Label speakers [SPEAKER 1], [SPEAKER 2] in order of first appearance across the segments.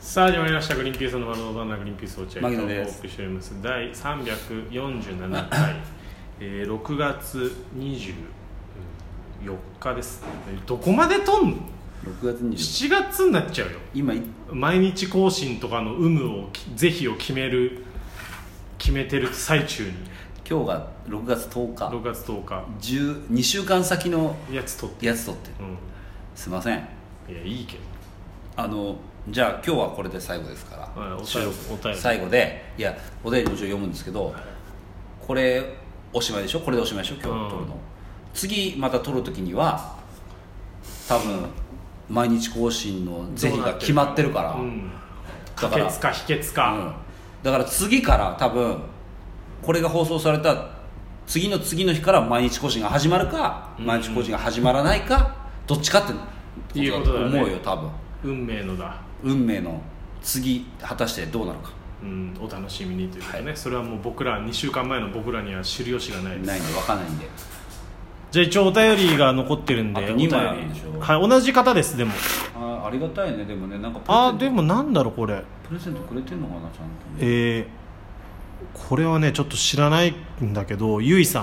[SPEAKER 1] さあ始まりました「グリーンピースの丸のバナーグリーンピース落合」
[SPEAKER 2] 牧
[SPEAKER 1] と
[SPEAKER 2] 野
[SPEAKER 1] お
[SPEAKER 2] です
[SPEAKER 1] 送りしております第347回、えー、6月24日ですえどこまでとんの
[SPEAKER 2] 6月に
[SPEAKER 1] 7月になっちゃうよ
[SPEAKER 2] 今い
[SPEAKER 1] 毎日更新とかの有無を是非を決める決めてる最中に
[SPEAKER 2] 今日が6月10日
[SPEAKER 1] 6月10日
[SPEAKER 2] 12週間先の
[SPEAKER 1] やつ撮って
[SPEAKER 2] やつ撮ってる
[SPEAKER 1] う
[SPEAKER 2] すいません
[SPEAKER 1] んいやいいけ
[SPEAKER 2] あのじゃあ今日はこれで最後ですから、
[SPEAKER 1] はいお便り
[SPEAKER 2] 収録
[SPEAKER 1] お便り
[SPEAKER 2] 最後でいやお便りもちろん読むんですけど、これおしまいでしょこれでおしまいでしょ今日撮るの、
[SPEAKER 1] うん
[SPEAKER 2] 次また撮る時には多分毎日更新の
[SPEAKER 1] ど
[SPEAKER 2] 是非が決まってるから
[SPEAKER 1] うん、可
[SPEAKER 2] だから
[SPEAKER 1] 決か否決
[SPEAKER 2] うん
[SPEAKER 1] か、
[SPEAKER 2] だから次から多分これが放送された次の次の日から毎日更新が始まるか、毎日更新が始まらないかどっちかって
[SPEAKER 1] いうことだよね
[SPEAKER 2] 思うよ多分
[SPEAKER 1] 運命のだ
[SPEAKER 2] 運命の次果たしてどうなるか
[SPEAKER 1] うん、お楽しみにというかね、それはもう僕ら2週間前の僕らには知る由がないです
[SPEAKER 2] ないんで分かんないんで
[SPEAKER 1] じゃあ一応お便りが残ってるんで
[SPEAKER 2] あと二枚
[SPEAKER 1] お便り
[SPEAKER 2] でしょ
[SPEAKER 1] はい同じ方ですでも
[SPEAKER 2] あありがたいねでもねなんかプレゼント
[SPEAKER 1] あーでもなんだろうこれ
[SPEAKER 2] プレゼントくれてんのかなちゃんとね
[SPEAKER 1] えー、これはねちょっと知らないんだけどゆいさん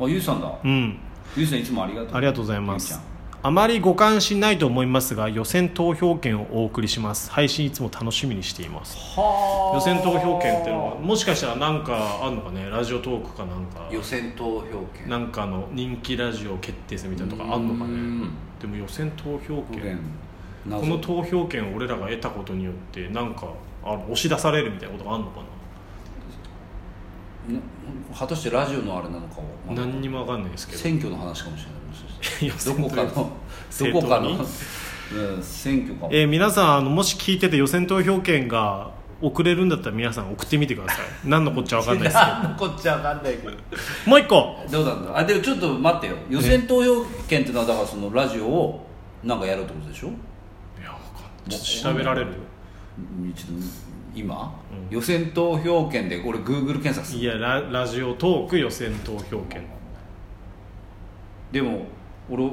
[SPEAKER 2] あゆうさんだ
[SPEAKER 1] うん
[SPEAKER 2] ゆうさんいつもありがとう
[SPEAKER 1] ありがとうございま
[SPEAKER 2] ゆ
[SPEAKER 1] す
[SPEAKER 2] うち
[SPEAKER 1] あまりご関心ないと思いますが予選投票券をお送りします配信いつも楽しみにしています
[SPEAKER 2] ゃんはあ
[SPEAKER 1] 予選投票券っていうのはもしかしたらなんかあんのかねラジオトークかなんか
[SPEAKER 2] 予選投票権
[SPEAKER 1] なんかの人気ラジオ決定戦みたいなとかあんのか
[SPEAKER 2] う
[SPEAKER 1] ね
[SPEAKER 2] ん
[SPEAKER 1] でも予選投票
[SPEAKER 2] 投票
[SPEAKER 1] 権
[SPEAKER 2] 権
[SPEAKER 1] この投票権を俺らが得たことによってなんかあ押し出されるみたいなことがあんのか
[SPEAKER 2] な果たしてラジオのあれなのか
[SPEAKER 1] な
[SPEAKER 2] も、
[SPEAKER 1] 何にもわかんないですけど
[SPEAKER 2] 選挙の話かもしれないもしかし て
[SPEAKER 1] 予
[SPEAKER 2] ど
[SPEAKER 1] 選
[SPEAKER 2] こか
[SPEAKER 1] 投票
[SPEAKER 2] のどこかの、
[SPEAKER 1] 政
[SPEAKER 2] うん、選挙かも
[SPEAKER 1] えー皆さんあのもし聞いてて予選投票権が遅れるんだったら皆さん送ってみてくだ さい何のこっちゃわかんないですけ
[SPEAKER 2] なんのこっちゃわかんないけど
[SPEAKER 1] どもう一個
[SPEAKER 2] どうなんだあでもちょっと待ってよ予選投票権ってのはだからそのラジオをなんかやるってことでしょ
[SPEAKER 1] いやわかんないちょっと調べられる
[SPEAKER 2] うんちょっと今、予選投票権で俺グーグル検索す
[SPEAKER 1] い
[SPEAKER 2] る
[SPEAKER 1] やララジオトーク予選投票権
[SPEAKER 2] でも俺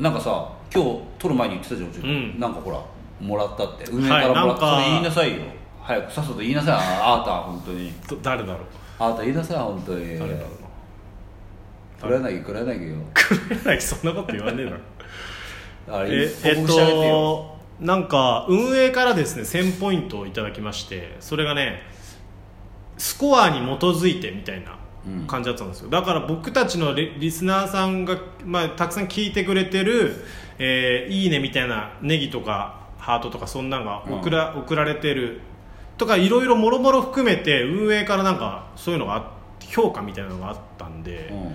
[SPEAKER 2] なんかさ今日撮る前に言ってたじゃん、うち
[SPEAKER 1] うん
[SPEAKER 2] なんかほらもらったって運営からもらった、
[SPEAKER 1] はい
[SPEAKER 2] それ言
[SPEAKER 1] な
[SPEAKER 2] い
[SPEAKER 1] んか
[SPEAKER 2] なさいよ早くさっさと言いなさいああーた本当に
[SPEAKER 1] ど誰だろう
[SPEAKER 2] あなた言いなさい本当に
[SPEAKER 1] 誰だろ
[SPEAKER 2] くれなきゃくれなきゃよ
[SPEAKER 1] う なそんなこと言わねえだろ
[SPEAKER 2] あれ
[SPEAKER 1] ええ
[SPEAKER 2] 報
[SPEAKER 1] っ
[SPEAKER 2] 告してあげてよ
[SPEAKER 1] となんか運営からですね1000ポイントをいただきましてそれがねスコアに基づいてみたいな
[SPEAKER 2] うん
[SPEAKER 1] 感じだったんですよ、だから僕たちのリリスナーさんが、まあ、たくさん聞いてくれてる「えーいいね」みたいなネギとかハートとかそんなんが送ら,、送られてるとかいろいろもろもろ含めて運営からなんかそういうのがあ評価みたいなのがあったんで、
[SPEAKER 2] うん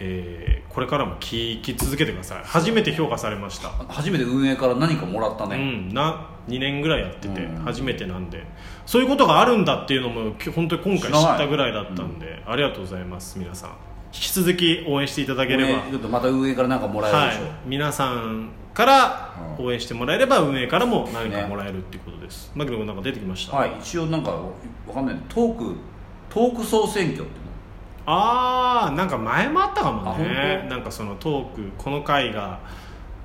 [SPEAKER 1] えーこれからも聞き続けてください初めて評価されました
[SPEAKER 2] 初めて運営から何かもらった
[SPEAKER 1] う
[SPEAKER 2] ね、
[SPEAKER 1] ん、な2年ぐらいやってて
[SPEAKER 2] うん
[SPEAKER 1] 初めてなんで、そういうことがあるんだっていうのもき本当に今回知ったぐらいだったんで、ありがとうございます皆さん引き続き応援していただければ
[SPEAKER 2] 運営ちょっとまた運営から何かもらえる
[SPEAKER 1] は
[SPEAKER 2] でしょ、
[SPEAKER 1] い、皆さんから
[SPEAKER 2] うん
[SPEAKER 1] 応援してもらえれば運営からも何か
[SPEAKER 2] ね
[SPEAKER 1] もらえるっていうことです、マキロ君なんか出てきました、
[SPEAKER 2] はい一応なんかわかんないトークトーク総選挙って
[SPEAKER 1] ああなんか前もあったか
[SPEAKER 2] あ
[SPEAKER 1] も
[SPEAKER 2] 本
[SPEAKER 1] ね
[SPEAKER 2] 当
[SPEAKER 1] なんかそのトークこの回が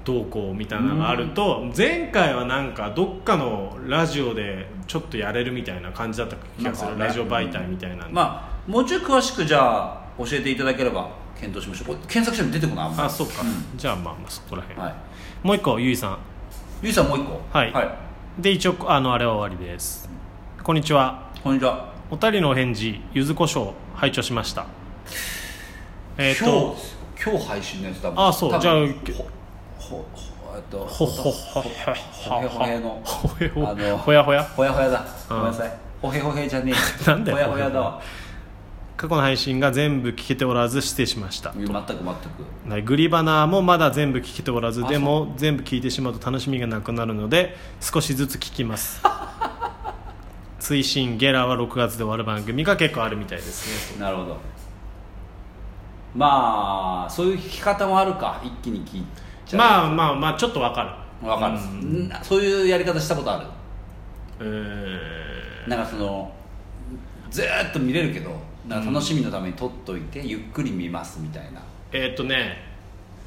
[SPEAKER 1] どうこうみたいなのがあると、前回はなんかどっかのラジオでちょっとやれるみたいな感じだった気がする、
[SPEAKER 2] なんかね
[SPEAKER 1] ラジオ媒体みたいなんで、
[SPEAKER 2] まあもうちょい詳しくじゃあ教えていただければ検討しましょうこれ検索しても出てこないあんま
[SPEAKER 1] あそうか、じゃあまあまあそこらへん、
[SPEAKER 2] りはい
[SPEAKER 1] もう一個ゆいさん
[SPEAKER 2] ゆいさんもう一個
[SPEAKER 1] はいで一応あのあれは終わりですこんにちは
[SPEAKER 2] こんにちは
[SPEAKER 1] おたりのお返事柚子胡椒拝聴しましたえっ、
[SPEAKER 2] 今
[SPEAKER 1] と
[SPEAKER 2] 日今日配信のやつ多分
[SPEAKER 1] あそう
[SPEAKER 2] 多分
[SPEAKER 1] じゃあ
[SPEAKER 2] ほほえっと
[SPEAKER 1] ほほほ
[SPEAKER 2] ほ
[SPEAKER 1] へ
[SPEAKER 2] ほへほへの
[SPEAKER 1] ほへほ
[SPEAKER 2] あの
[SPEAKER 1] ほやほや
[SPEAKER 2] ほやほやだ
[SPEAKER 1] う
[SPEAKER 2] ご
[SPEAKER 1] ん
[SPEAKER 2] めんなさいほへほへじゃねえ
[SPEAKER 1] なんだよ
[SPEAKER 2] ほやほやだわ
[SPEAKER 1] 過去の配信が全部聞けておらず失礼しました
[SPEAKER 2] 全く全く
[SPEAKER 1] はいグリバナーもまだ全部聞けておらず
[SPEAKER 2] あ
[SPEAKER 1] でも全部聞いてしまうと楽しみがなくなるので少しずつ聞きます 推進ゲラは6月で終わる番組が結構あるみたいですね
[SPEAKER 2] なるほどまあそういう聞き方もあるか一気に聞いちゃう
[SPEAKER 1] まあまあまあちょっとわかる
[SPEAKER 2] わかる、んそういうやり方したことある
[SPEAKER 1] うーん
[SPEAKER 2] なんかそのずーっと見れるけどなんか楽しみのために撮っといて、ゆっくり見ますみたいな
[SPEAKER 1] えーっとね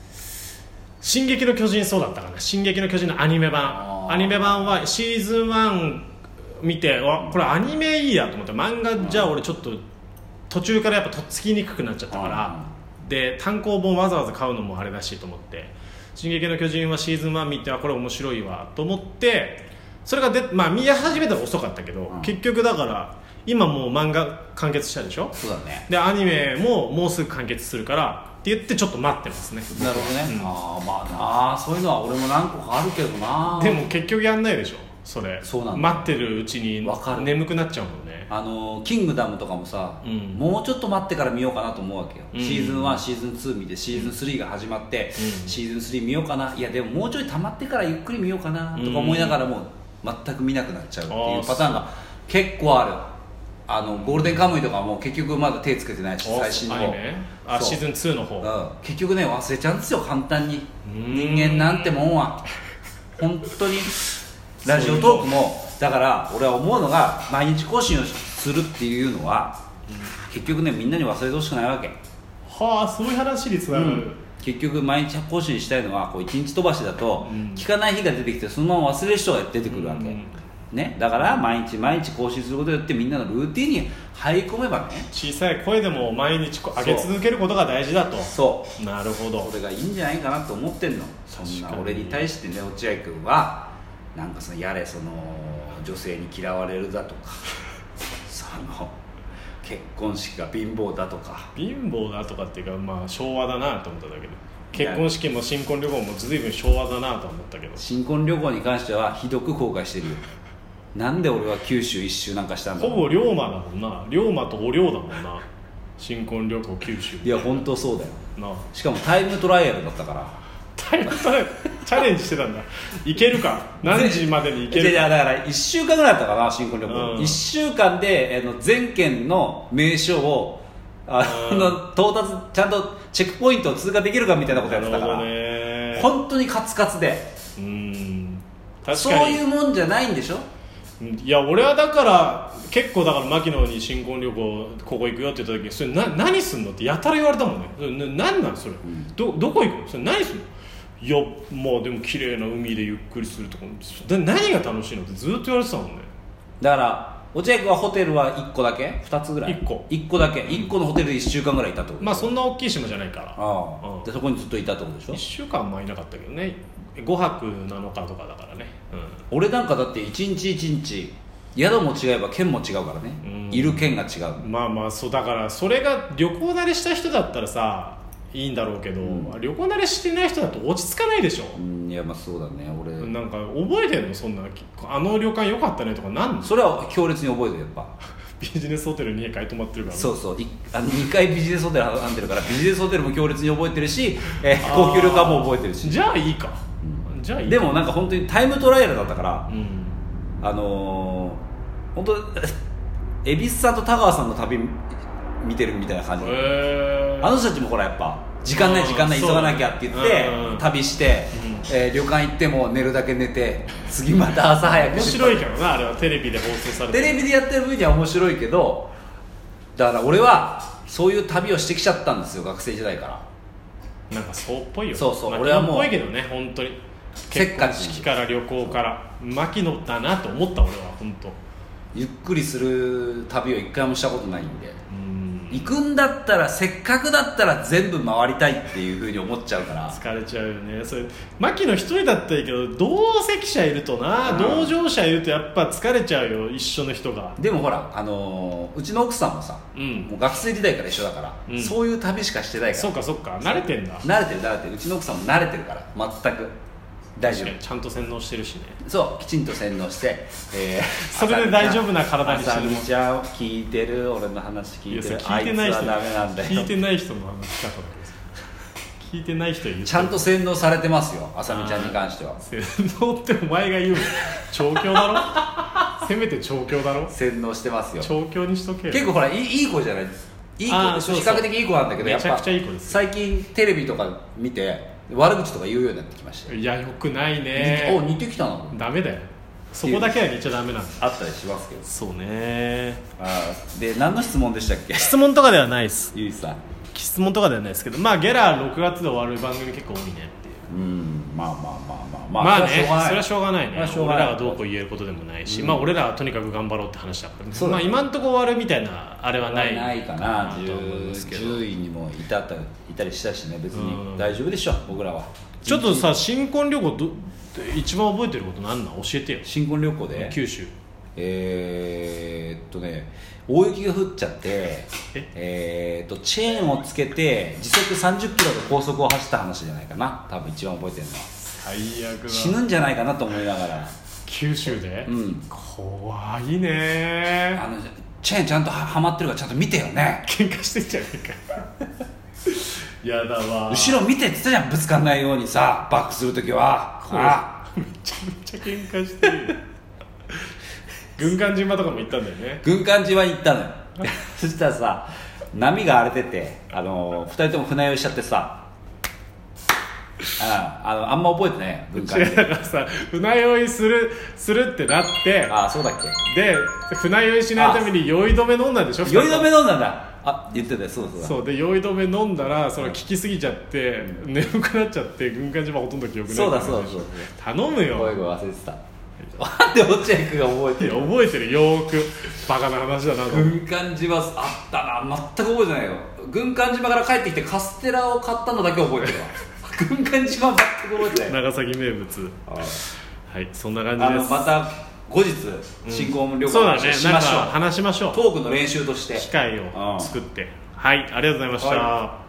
[SPEAKER 1] 「進撃の巨人」そうだったかな「進撃の巨人」のアニメ版
[SPEAKER 2] あ
[SPEAKER 1] あ
[SPEAKER 2] ー
[SPEAKER 1] アニメ版はシーズン1見てわこれアニメいいやと思って漫画じゃあ俺ちょっと途中からやっぱとっつきにくくなっちゃったからで単行本わざわざ買うのもあれだしと思って「進撃の巨人」はシーズン1見てあこれ面白いわと思ってそれがで、まあ、見始めたら遅かったけど、
[SPEAKER 2] うん
[SPEAKER 1] 結局だから今もう漫画完結したでしょ
[SPEAKER 2] そうだね
[SPEAKER 1] でアニメももうすぐ完結するからって言ってちょっと待ってますね
[SPEAKER 2] なるほどね、ああまあなあそういうのは俺も何個かあるけどな
[SPEAKER 1] でも結局やんないでしょそれ
[SPEAKER 2] そうなんだ
[SPEAKER 1] 待ってるうちに
[SPEAKER 2] わかる
[SPEAKER 1] 眠くなっちゃうもんね
[SPEAKER 2] あのキングダムとかもさ、
[SPEAKER 1] うん
[SPEAKER 2] もうちょっと待ってから見ようかなと思うわけよ、
[SPEAKER 1] うん
[SPEAKER 2] シーズン1シーズン2見てシーズン3が始まって、
[SPEAKER 1] うん
[SPEAKER 2] シーズン3見ようかないやでももうちょい溜まってからゆっくり見ようかなとか思いながらも全く見なくなっちゃうってい
[SPEAKER 1] あ
[SPEAKER 2] う
[SPEAKER 1] ー
[SPEAKER 2] パターンが結構あるあのゴールデンカムイとかも結局まだ手つけてないし
[SPEAKER 1] お
[SPEAKER 2] 最新の
[SPEAKER 1] ア
[SPEAKER 2] 方
[SPEAKER 1] ニメあ
[SPEAKER 2] そう
[SPEAKER 1] シーズン2の方
[SPEAKER 2] うん結局ね忘れちゃうんですよ簡単に
[SPEAKER 1] ん
[SPEAKER 2] 人間なんてもんは本当にラジオトークもだから俺は思うのが毎日更新をするっていうのは結局ねみんなに忘れてほしくないわけ、
[SPEAKER 1] はあそういう話につながる、
[SPEAKER 2] 結局毎日更新したいのはこう一日飛ばしだと
[SPEAKER 1] うん
[SPEAKER 2] 聞かない日が出てきてそのまま忘れる人が出てくるわけ、
[SPEAKER 1] うん
[SPEAKER 2] ね、だから毎日毎日更新することによってみんなのルーティンに入り込めばね
[SPEAKER 1] 小さい声でも毎日こ上げ続けることが大事だと
[SPEAKER 2] そう
[SPEAKER 1] なるほど
[SPEAKER 2] それがいいんじゃないかなと思ってんのそん
[SPEAKER 1] 確
[SPEAKER 2] な
[SPEAKER 1] かに
[SPEAKER 2] 俺に対してね落合君はなんかそのやれその女性に嫌われるだと かその結婚式が貧乏だとか
[SPEAKER 1] 貧乏だとかっていうか、まあ、昭和だなと思っただけで結婚式も新婚旅行も随分昭和だなと思ったけど
[SPEAKER 2] 新婚旅行に関してはひどく後悔してるよなんで俺は九州一周なんかしたんだ
[SPEAKER 1] ほぼ龍馬だもんな龍馬とお龍だもんな新婚旅行九州
[SPEAKER 2] いや本当そうだよ
[SPEAKER 1] な あ
[SPEAKER 2] しかもタイムトライアルだったから
[SPEAKER 1] タイムトライアルチャレンジしてたんだいけるか何時までにいけ
[SPEAKER 2] いやい
[SPEAKER 1] るか
[SPEAKER 2] やだから1週間ぐらいだったかな新婚旅行、
[SPEAKER 1] うん
[SPEAKER 2] 1週間であの全県の名所をあ
[SPEAKER 1] うん
[SPEAKER 2] の到達ちゃんとチェックポイントを通過できるかみたいなことや
[SPEAKER 1] な
[SPEAKER 2] っ
[SPEAKER 1] る
[SPEAKER 2] て
[SPEAKER 1] ほ
[SPEAKER 2] たから、
[SPEAKER 1] どね
[SPEAKER 2] 本当にカツカツで
[SPEAKER 1] うん確
[SPEAKER 2] そう
[SPEAKER 1] か
[SPEAKER 2] い
[SPEAKER 1] に
[SPEAKER 2] うもんじゃないんでしょ
[SPEAKER 1] うんいや俺はだから結構だから牧野に新婚旅行ここ行くよって言った時それな何すんのってやたら言われたもんねそれな何なのそれ、どどこ行くのそれ何すんのいやまあでも綺麗な海でゆっくりするとかで何が楽しいのってずっと言われてたもんね
[SPEAKER 2] だから落合君はホテルは1個だけ2つぐらい
[SPEAKER 1] 一個
[SPEAKER 2] 1個だけ1個のホテルで1週間ぐらいいたってこと、
[SPEAKER 1] まあそんな大きい島じゃないから
[SPEAKER 2] ああ
[SPEAKER 1] うん
[SPEAKER 2] でそこにずっといたってことでしょ
[SPEAKER 1] 1週間はあんまいなかったけどね5泊7日とかだからね、う
[SPEAKER 2] 俺なんかだって一日一日宿も違えば県も違うからね、
[SPEAKER 1] うん、
[SPEAKER 2] いる県が違うん
[SPEAKER 1] まあまあそうだからそれが旅行慣れした人だったらさいいんだろうけど、旅行慣れしてない人だと落ち着かないでしょ、
[SPEAKER 2] うんいやまあそうだね俺、
[SPEAKER 1] なんか覚えてんのそんなあの旅館良かったねとかなんの
[SPEAKER 2] それは強烈に覚えてるやっ ぱ
[SPEAKER 1] ビジネスホテルに家買い泊まってるから
[SPEAKER 2] そうそういあの2回ビジネスホテル挟んでるからビジネスホテルも強烈に覚えてるし、えー高級旅館も覚えてるし
[SPEAKER 1] じゃあいいか、じゃあいいか
[SPEAKER 2] でもなんか本当にタイムトライアルだったから
[SPEAKER 1] うん
[SPEAKER 2] あのー、本当恵比寿さんと田川さんの旅見てるみたいな感じ、
[SPEAKER 1] へー
[SPEAKER 2] あの人たちもほらやっぱ時間ない時間ない
[SPEAKER 1] うん
[SPEAKER 2] 急がなきゃって言って
[SPEAKER 1] そうだねうん
[SPEAKER 2] 旅して、
[SPEAKER 1] うん
[SPEAKER 2] えー旅館行っても寝るだけ寝て次また朝早く
[SPEAKER 1] 面
[SPEAKER 2] 出発
[SPEAKER 1] 白いけどなあれはテレビで放送されて
[SPEAKER 2] テレビでやってる分には面白いけどだから俺はそういう旅をしてきちゃったんですよ学生時代から
[SPEAKER 1] なんかそうっぽいよ
[SPEAKER 2] そうそう
[SPEAKER 1] まあ
[SPEAKER 2] 俺はもう
[SPEAKER 1] っぽいけどね本当に
[SPEAKER 2] せっ
[SPEAKER 1] 結
[SPEAKER 2] かち
[SPEAKER 1] 婚式から旅行から牧野だなと思った俺は本当
[SPEAKER 2] ゆっくりする旅を一回もしたことないんで
[SPEAKER 1] うん
[SPEAKER 2] 行くんだったらせっかくだったら全部回りたいっていうふうに思っちゃうから
[SPEAKER 1] 疲れちゃうよねそれ牧野一人だったらいいけど同席者いるとな、
[SPEAKER 2] うん
[SPEAKER 1] 同乗者いるとやっぱ疲れちゃうよ一緒の人が
[SPEAKER 2] でもほら、あのーうちの奥さんもさ、
[SPEAKER 1] うん
[SPEAKER 2] もう学生時代から一緒だから、
[SPEAKER 1] うん
[SPEAKER 2] そういう旅しかしてないか
[SPEAKER 1] そ
[SPEAKER 2] ら
[SPEAKER 1] うかそうか慣れてんだ
[SPEAKER 2] 慣れてる慣れてるうちの奥さんも慣れてるから全く大丈夫
[SPEAKER 1] 確かにちゃんと洗脳してるしね
[SPEAKER 2] そうきちんと洗脳して、えー
[SPEAKER 1] それで大丈夫な体にして
[SPEAKER 2] して
[SPEAKER 1] る
[SPEAKER 2] るちゃんを聞いてる俺の話
[SPEAKER 1] い
[SPEAKER 2] 聞い
[SPEAKER 1] や
[SPEAKER 2] て
[SPEAKER 1] それ
[SPEAKER 2] る
[SPEAKER 1] 聞いてない
[SPEAKER 2] あ
[SPEAKER 1] 人
[SPEAKER 2] いつはダメなんだ
[SPEAKER 1] 聞い
[SPEAKER 2] よ
[SPEAKER 1] てない人の話し方だけどさ聞いてない人に言って
[SPEAKER 2] ちゃんと洗脳されてますよあさみちゃんに関しては
[SPEAKER 1] 洗脳ってお前が言うの調教だろ せめて調教だろ
[SPEAKER 2] 洗脳してますよ
[SPEAKER 1] 調教にしとけよ
[SPEAKER 2] 結構ほらいいいい子じゃないいい子
[SPEAKER 1] あー
[SPEAKER 2] でし
[SPEAKER 1] そ
[SPEAKER 2] ょ
[SPEAKER 1] う
[SPEAKER 2] 比
[SPEAKER 1] そう
[SPEAKER 2] 較的いい子なんだけどやっぱ
[SPEAKER 1] めちゃくちゃいい子ですよ
[SPEAKER 2] 最近テレビとか見て悪口とか言うようになってきまして、
[SPEAKER 1] いやよくない
[SPEAKER 2] 似てお
[SPEAKER 1] ね
[SPEAKER 2] 似てきたな
[SPEAKER 1] ダメだよそこだけは言っちゃダメなんだ
[SPEAKER 2] あったりしますけど
[SPEAKER 1] そうね
[SPEAKER 2] あーで何の質問でしたっけ
[SPEAKER 1] 質問とかではないです
[SPEAKER 2] ゆいさん
[SPEAKER 1] 質問とかではないですけどまあゲラ6月で終わる番組結構多いねっていう
[SPEAKER 2] うんまあまあまあまあ
[SPEAKER 1] まあ
[SPEAKER 2] まあ
[SPEAKER 1] ねそれはし
[SPEAKER 2] ょ
[SPEAKER 1] ょうがないね、
[SPEAKER 2] まあしょう
[SPEAKER 1] 俺
[SPEAKER 2] がない
[SPEAKER 1] らがどうこう言えることでもないし、まあ俺らはとにかく頑張ろうって話だから、
[SPEAKER 2] そうだ
[SPEAKER 1] まあ
[SPEAKER 2] ね
[SPEAKER 1] 今んとこ終わるみたいなあれはない
[SPEAKER 2] ないかな
[SPEAKER 1] と思いますけど
[SPEAKER 2] 10, 10位にも至ったいたりしたしね別
[SPEAKER 1] う
[SPEAKER 2] に
[SPEAKER 1] ん
[SPEAKER 2] 大丈夫でしょ僕らは
[SPEAKER 1] ちょっとさ新婚旅行ど一番覚えてることなんなん教えてよ
[SPEAKER 2] 新婚旅行で
[SPEAKER 1] 九州
[SPEAKER 2] えーっとね大雪が降っちゃって
[SPEAKER 1] え
[SPEAKER 2] えーっとチェーンをつけて時速30キロで高速を走った話じゃないかな多分一番覚えてるのは
[SPEAKER 1] 最悪
[SPEAKER 2] 死ぬんじゃないかなと思いながら
[SPEAKER 1] 九州で、
[SPEAKER 2] うん
[SPEAKER 1] 怖いね
[SPEAKER 2] あのチェーンちゃんとははまってるからちゃんと見てよね
[SPEAKER 1] 喧嘩してんじゃねえかやだわ
[SPEAKER 2] 後ろ見てって言ったじゃんぶつかんないようにさバックするときはああ
[SPEAKER 1] めちゃめちゃ喧嘩してるよ軍艦島とかも行ったんだよね
[SPEAKER 2] 軍艦島 行ったのよそしたらさ波が荒れててあの2人とも船酔いしちゃってさああのあんま覚えてないよ軍艦
[SPEAKER 1] 違うだ
[SPEAKER 2] 島
[SPEAKER 1] からさ船酔いするするってなって
[SPEAKER 2] ああそうだっけ
[SPEAKER 1] で船酔いしないために酔い止め飲んだでしょ
[SPEAKER 2] 酔い止
[SPEAKER 1] 二
[SPEAKER 2] め
[SPEAKER 1] 人
[SPEAKER 2] 飲んだんだあ言ってたよそうそう
[SPEAKER 1] と
[SPEAKER 2] だ
[SPEAKER 1] もそうで酔い止め飲んだらそれ効きすぎちゃって眠くなっちゃって軍艦島ほとんど記憶ない
[SPEAKER 2] そうだそうだそう
[SPEAKER 1] 頼む
[SPEAKER 2] だごめん
[SPEAKER 1] よ
[SPEAKER 2] ごめん忘れてたなんで落合君が覚え
[SPEAKER 1] い
[SPEAKER 2] て
[SPEAKER 1] や
[SPEAKER 2] る
[SPEAKER 1] 覚えてるよーくバカな話だなと思って
[SPEAKER 2] 軍艦島あったな全く覚えてないよ軍艦島から帰ってきてカステラを買ったのだけ覚え てるわ軍艦島全く覚えてない
[SPEAKER 1] 長崎名物はいそんな感
[SPEAKER 2] あ
[SPEAKER 1] じで
[SPEAKER 2] の
[SPEAKER 1] す
[SPEAKER 2] また後日新婚旅行
[SPEAKER 1] そう
[SPEAKER 2] の
[SPEAKER 1] だ
[SPEAKER 2] 話を
[SPEAKER 1] ね
[SPEAKER 2] し
[SPEAKER 1] なん
[SPEAKER 2] ま
[SPEAKER 1] か
[SPEAKER 2] しょう
[SPEAKER 1] 話しましょう
[SPEAKER 2] トークの練習として
[SPEAKER 1] 機会を作ってはいありがとうございました、
[SPEAKER 2] は